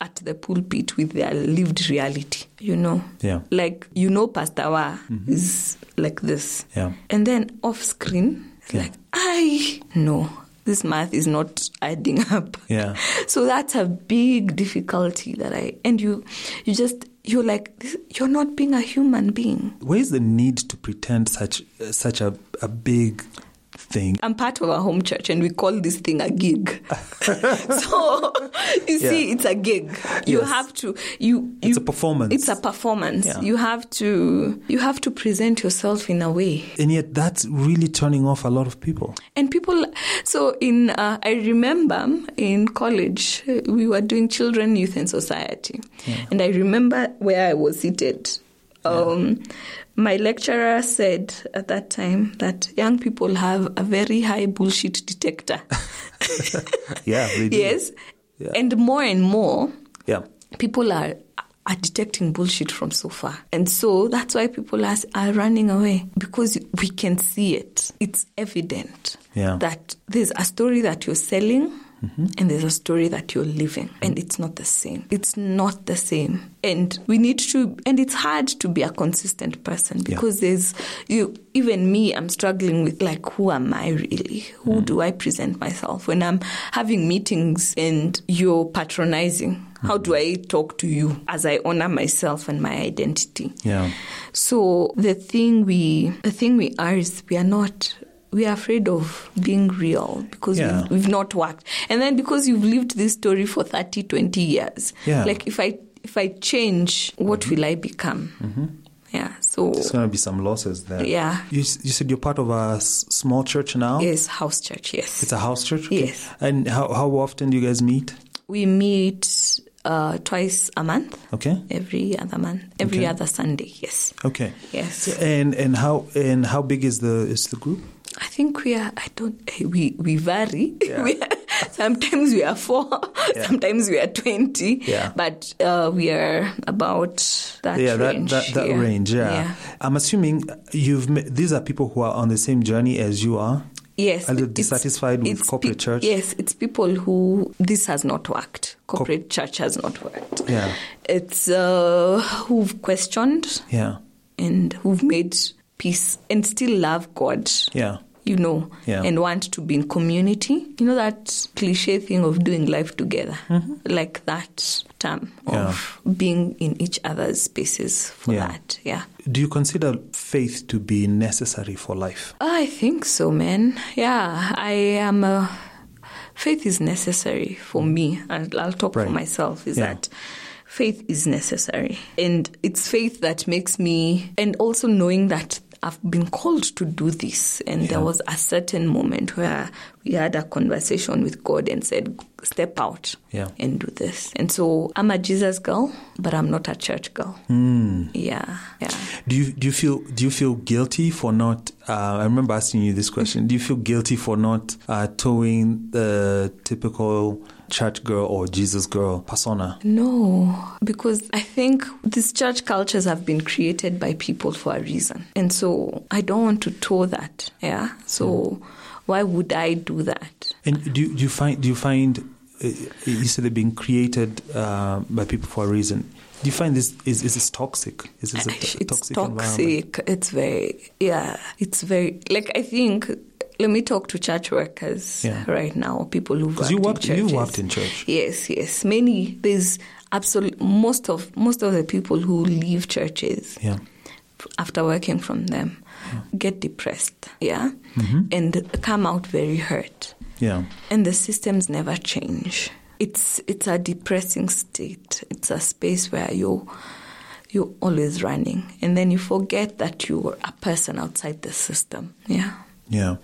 at the pulpit with their lived reality, you know. Yeah. Mm-hmm. Like, you know, Pastor Wa is like this. Yeah. And then off screen, it's Yeah. like, I no, this math is not adding up. Yeah. So that's a big difficulty that I, and you, you just, you're like, this, you're not being a human being. Where is the need to pretend such such a, a big thing? I'm part of a home church and we call this thing a gig. so you see, it's a gig. You Yes. have to you, It's you- a performance. It's a performance. Yeah. You have to you have to present yourself in a way. And yet that's really turning off a lot of people. And people, so in, uh, I remember in college, uh, we were doing children, youth, and society. And I remember where I was seated. Um, My lecturer said at that time that young people have a very high bullshit detector. Yeah, they do. yes. Yeah. And more and more, Yeah. people are are detecting bullshit from so far. And so that's why people are, are running away because we can see it. It's evident Yeah. that there's a story that you're selling and there's a story that you're living and it's not the same. It's not the same. And we need to and it's hard to be a consistent person because there's you even me I'm struggling with like who am I really? Who do I present myself when I'm having meetings and you're patronizing? How do I talk to you as I honor myself and my identity? Yeah. So the thing we the thing we are is we are not we are afraid of being real because Yeah. we've, we've not worked. And then because you've lived this story for 30, 20 years. Yeah. Mm-hmm. Like if I if I change, what will I become? Yeah. So There's going to be some losses there. Yeah. You, s- you said you're part of a s- small church now? yes, house church, yes. It's a house church? Okay. Yes. And how, how often do you guys meet? we meet uh, twice a month. Okay. Every other month. Every Okay. other Sunday. Yes. Okay. Yes. So, and and how and how big is the is the group? I think we are. I don't. eh, We we vary. Yeah. We are- sometimes we are four. Yeah. Sometimes we are twenty. Yeah. But uh, we are about that yeah, range. that that, that range. Yeah. I'm assuming you've met, these are people who are on the same journey as you are. Yes. Are you it's- dissatisfied with it's corporate church? Yes, it's people who this has not worked. Corporate church has not worked. Yeah. It's uh, who've questioned Yeah. and who've made peace and still love God. Yeah. You know, Yeah. and want to be in community. You know that cliche thing of doing life together, Mm-hmm. like that term of being in each other's spaces for Yeah. that. Yeah. Do you consider faith to be necessary for life? I think so, man. Yeah, I am. A, faith is necessary for me, and I'll talk Right. for myself. Is Yeah. that faith is necessary, and it's faith that makes me, and also knowing that I've been called to do this. And there was a certain moment where we had a conversation with God and said, "Step out Yeah. and do this." And so I'm a Jesus girl, but I'm not a church girl. Hmm. Yeah, yeah. Do you do you feel do you feel guilty for not? Uh, I remember asking you this question. Do you feel guilty for not uh, towing the typical church girl or Jesus girl persona? No, because I think these church cultures have been created by people for a reason. And so I don't want to tow that. Yeah. So Hmm. why would I do that? And do you, do you find do you find uh, you said they're being created uh, by people for a reason? Do you find this is is this toxic? Is this a It's to- toxic. toxic environment? It's very, yeah, it's very, like, I think. Let me talk to church workers Yeah. right now, people who've worked Because you in worked you churches. worked in church. Yes, yes. Many there's absolute most of most of the people who leave churches Yeah. after working from them get depressed, yeah, and come out very hurt. Yeah. And the systems never change. It's it's a depressing state. It's a space where you you're always running, and then you forget that you are a person outside the system. Yeah. Yeah.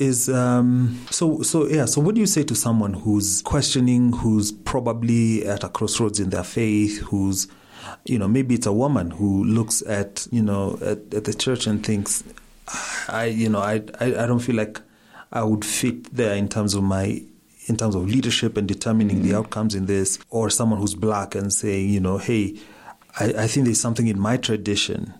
Is um so so yeah, so what do you say to someone who's questioning, who's probably at a crossroads in their faith, who's you know, maybe it's a woman who looks at, you know, at, at the church and thinks I you know, I, I I don't feel like I would fit there in terms of my in terms of leadership and determining the outcomes in this, or someone who's black and saying, you know, hey, I, I think there's something in my tradition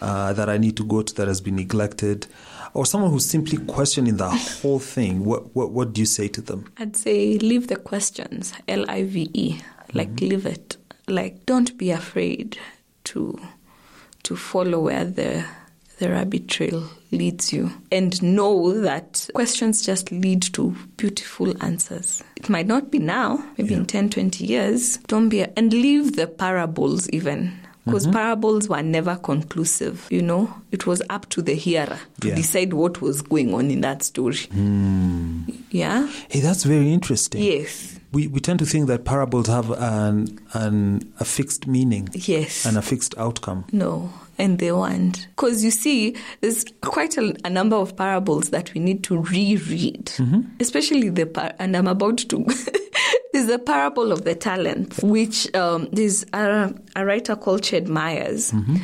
uh, that I need to go to that has been neglected, or someone who's simply questioning the whole thing. What what what do you say to them? I'd say leave the questions, L I V E, like leave it. Like don't be afraid to to follow where the the rabbit trail leads you and know that questions just lead to beautiful answers. It might not be now, maybe in 10, 20 years. Don't be and leave the parables even because parables were never conclusive, you know. It was up to the hearer to Yeah. decide what was going on in that story. Yeah? Hey, that's very interesting. Yes, We we tend to think that parables have an an a fixed meaning yes. and a fixed outcome. no, and they won't. Because you see, there's quite a, a number of parables that we need to reread, Mm-hmm. especially the par- and I'm about to. There's the parable of the talents, which um, there's a, a writer called Ched Myers Mm-hmm.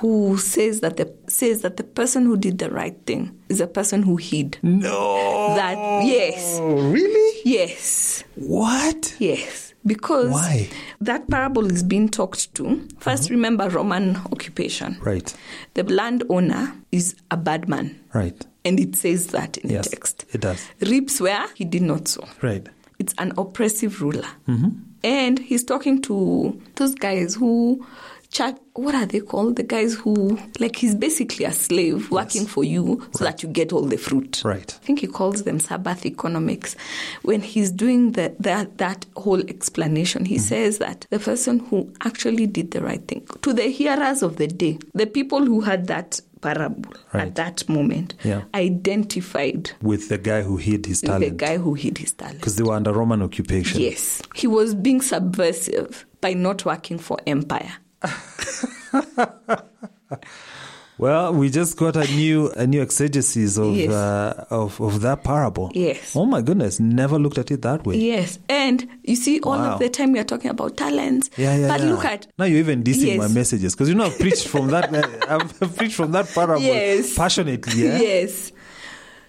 who says that the says that the person who did the right thing is a person who hid. No. That- yes. Really? Yes. What? Yes, because Why? Mm-hmm. that parable is being talked to. 1st remember Roman occupation. Right. The landowner is a bad man, Right. and it says that in Yes, the text. it does. Reaps where he did not sow. Right. It's an oppressive ruler, Mm-hmm. and he's talking to those guys who. Church, what are they called? The guys who, like, he's basically a slave working for you so that you get all the fruit. Right. I think he calls them Sabbath economics. When he's doing the, that that whole explanation, Mm-hmm. he says that the person who actually did the right thing to the hearers of the day, the people who had that parable Right. at that moment, Yeah. identified With the guy who hid his with the talent. guy who hid his talent. Because they were under Roman occupation. Yes, he was being subversive by not working for empire. Well, we just got a new a new exegesis of Yes. uh, of of that parable. Yes. Oh my goodness, never looked at it that way. Yes, and you see, all Wow. of the time we are talking about talents. Yeah, yeah. but yeah. look at now you're even dissing my Yes. messages because you know I've preached from that I've I've preached from that parable Yes. passionately. Yeah? yes.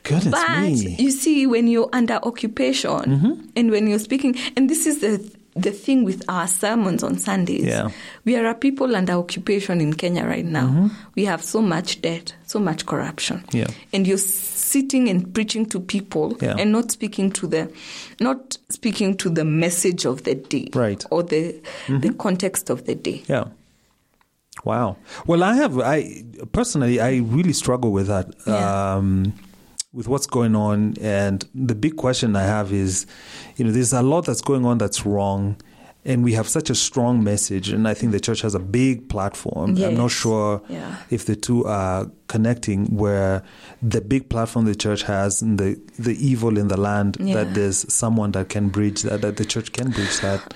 Goodness But me. Mm-hmm. you see, when you're under occupation and when you're speaking, and this is the the thing with our sermons on Sundays, Yeah. Mm-hmm. we are a people under occupation in Kenya right now. We have so much debt, so much corruption, Yeah. and you're sitting and preaching to people Yeah. and not speaking to the, not speaking to the message of the day, Right. Mm-hmm. or the the context of the day. Yeah. Wow. Well, I have. I personally, I really struggle with that. Yeah. Um, with what's going on, and the big question I have is, you know, there's a lot that's going on that's wrong, and we have such a strong message, and I think the church has a big platform. I'm Yes. not sure Yeah. if the two are connecting, where the big platform the church has, and the the evil in the land, that Yeah. there's someone that can bridge that, that the church can bridge that.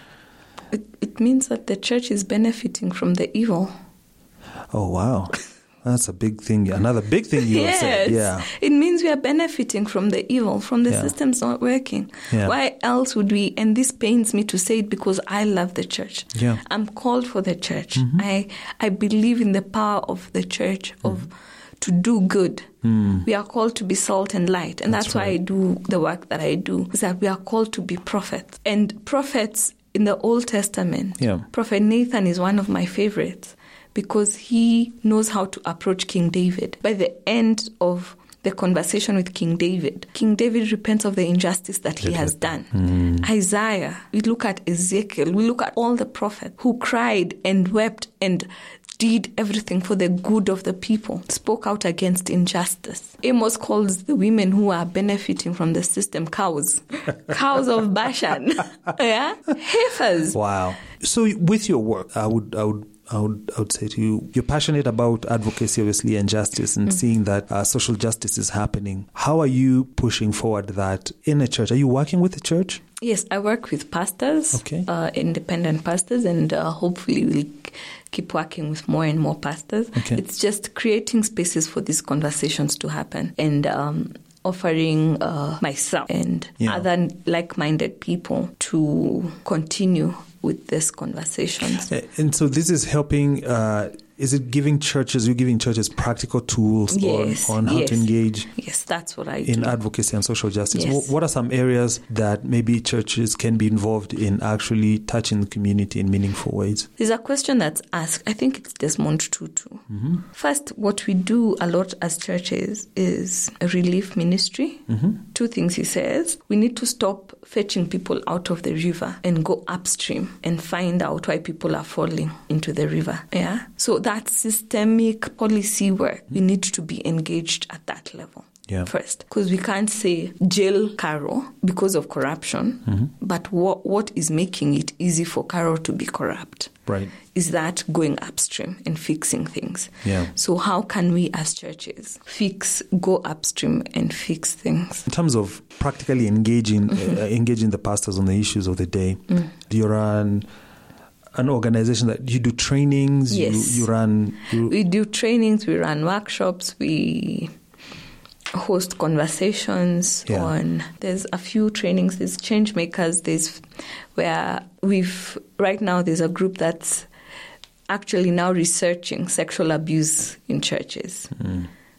It, it means that the church is benefiting from the evil. Oh wow, that's a big thing. Another big thing you have said. Yeah, It means we are benefiting from the evil, from the Yeah. systems not working. Yeah. Why else would we? And this pains me to say it because I love the church. Yeah. Mm-hmm. I'm called for the church. I I believe in the power of the church of Mm-hmm. to do good. Mm. We are called to be salt and light, and that's, why I do the work that I do. Is that we are called to be prophets and prophets. In the Old Testament, Yeah. Prophet Nathan is one of my favorites because he knows how to approach King David. By the end of the conversation with King David, King David repents of the injustice that he has done. Isaiah, we look at Ezekiel, we look at all the prophets who cried and wept and did everything for the good of the people, spoke out against injustice. Amos calls the women who are benefiting from the system cows, cows of Bashan, yeah, heifers. wow. So with your work, I would, I would. I would, I would say to you, you're passionate about advocacy, obviously, and justice, Mm. and seeing that uh, social justice is happening. How are you pushing forward that in a church? Are you working with the church? Yes, I work with pastors, Okay. uh, independent pastors, and uh, hopefully we'll keep working with more and more pastors. Okay. It's just creating spaces for these conversations to happen and um, offering uh, myself and Yeah. other like minded people to continue with these conversations. A- And so this is helping. Uh, is it giving churches? You're giving churches practical tools Yes, on, on how yes. to engage Yes, that's what I do. in advocacy and social justice. Yes. Wh- What are some areas that maybe churches can be involved in actually touching the community in meaningful ways? There's a question that's asked. I think it's Desmond Tutu. First, what we do a lot as churches is a relief ministry. Two things he says. We need to stop fetching people out of the river and go upstream and find out why people are falling into the river. Yeah. So that systemic policy work, we need to be engaged at that level Yeah. first because we can't say jail Caro because of corruption, but what, what is making it easy for Caro to be corrupt? Right. Is that going upstream and fixing things? Yeah. So how can we as churches fix, go upstream and fix things? In terms of practically engaging Mm-hmm. uh, engaging the pastors on the issues of the day, Mm. you run an organization that you do trainings, Yes. you, you run you, We do trainings, we run workshops, we host conversations Yeah. on there's a few trainings there's change makers there's where we've right now there's a group that's actually now researching sexual abuse in churches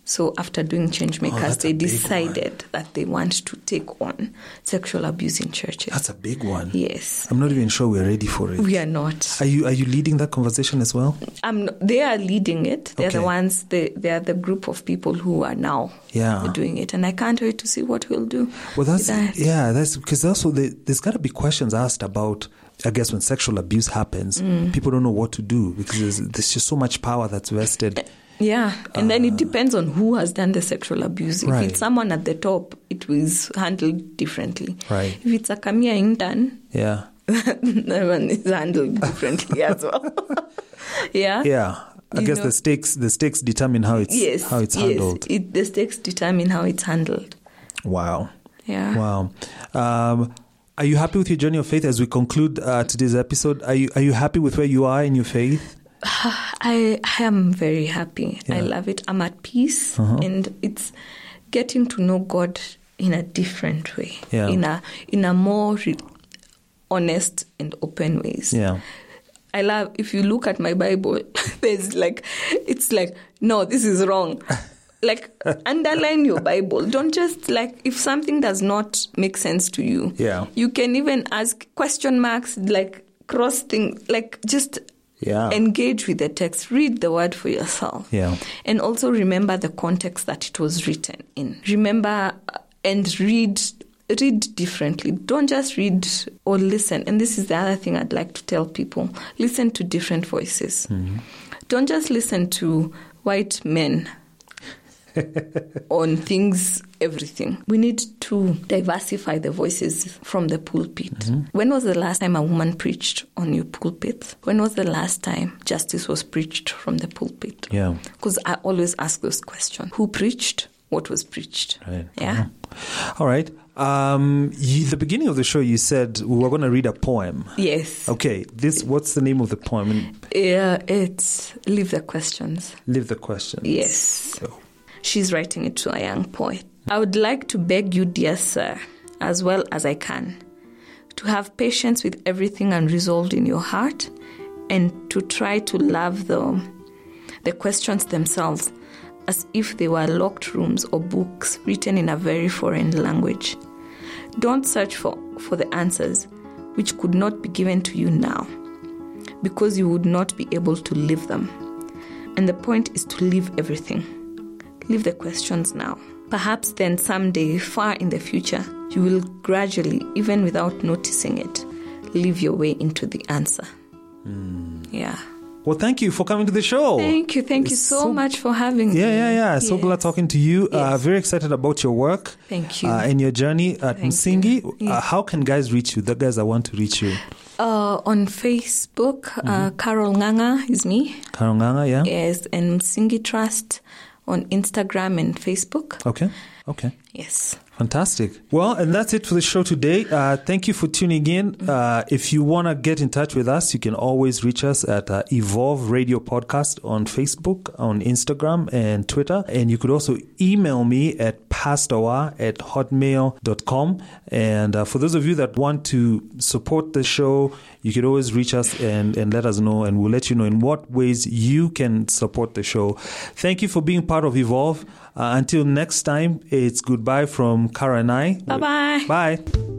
so after doing change makers Mm. Oh, that's a they big one. decided that they want to take on sexual abuse in churches that's a big one. yes I'm not even sure we're ready for it. we are not Are you are you leading that conversation as well? um, they are leading it. They're the Okay. ones. They, they are the group of people who are now Yeah. doing it, and I can't wait to see what we'll do. Well, that's with that. yeah, that's because also the, there's got to be questions asked about. I guess when sexual abuse happens, Mm. people don't know what to do because there's, there's just so much power that's vested. Yeah, and then it depends on who has done the sexual abuse. If Uh, Right. it's someone at the top, it was handled differently. Right. If it's a Kamia intern, Yeah, that one is handled differently as well. yeah. yeah. I You guess know- the stakes the stakes determine how it's Yes. how it's yes. handled. It, the stakes determine how it's handled. Wow. Yeah. Wow. Um, are you happy with your journey of faith as we conclude uh, today's episode? Are you are you happy with where you are in your faith? I, I am very happy. I love it. I'm at peace, Uh-huh. and it's getting to know God in a different way, Yeah. in a in a more re- honest and open ways. Yeah. I love if you look at my Bible, there's like it's like, no, this is wrong. Like underline your Bible. Don't just like if something does not make sense to you. Yeah. You can even ask question marks, like cross thing like just Yeah. engage with the text. Read the word for yourself. Yeah. And also remember the context that it was written in. Remember uh, and read read differently. Don't just read or listen. And this is the other thing I'd like to tell people. Listen to different voices. Don't just listen to white men on things, everything. We need to diversify the voices from the pulpit. Mm-hmm. When was the last time a woman preached on your pulpit? When was the last time justice was preached from the pulpit? Yeah. Because I always ask those questions who preached? What was preached? Right. Uh-huh. Yeah. All right. Um, you, the beginning of the show, you said we were going to read a poem. Yes. Okay, this. What's the name of the poem? And Yeah, it's leave the questions. leave the question. Yes. So, She's writing it to a young poet. I would like to beg you, dear sir, as well as I can, to have patience with everything unresolved in your heart and to try to love the, the questions themselves as if they were locked rooms or books written in a very foreign language. Don't search for, for the answers which could not be given to you now because you would not be able to live them. And the point is to leave everything. Leave the questions now. Perhaps then someday, far in the future, you will gradually, even without noticing it, leave your way into the answer. Yeah. well, thank you for coming to the show. Thank you. Thank you Hmm. Oh, It's so, so- much for having me. Yeah, yeah, yeah. So Yes. glad talking to you. Uh, Yes. very excited about your work. Thank you. Uh, and your journey at Thank Msingi. you. Yeah. Uh, how can guys reach you? The guys that want to reach you. Uh, on Facebook, uh, Mm-hmm. Carol Nganga is me. Karonganga, yeah? Yes. And Msingi Trust on Instagram and Facebook. Okay. Okay. Yes. Fantastic. Well, and that's it for the show today. Uh, thank you for tuning in. Uh, if you want to get in touch with us, you can always reach us at uh, Evolve Radio Podcast on Facebook, on Instagram, and Twitter. And you could also email me at pastowa at hotmail.com. And uh, for those of you that want to support the show, you could always reach us and, and let us know, and we'll let you know in what ways you can support the show. Thank you for being part of Evolve. Uh, until next time, it's goodbye from Kara and I. Bye-bye. Bye.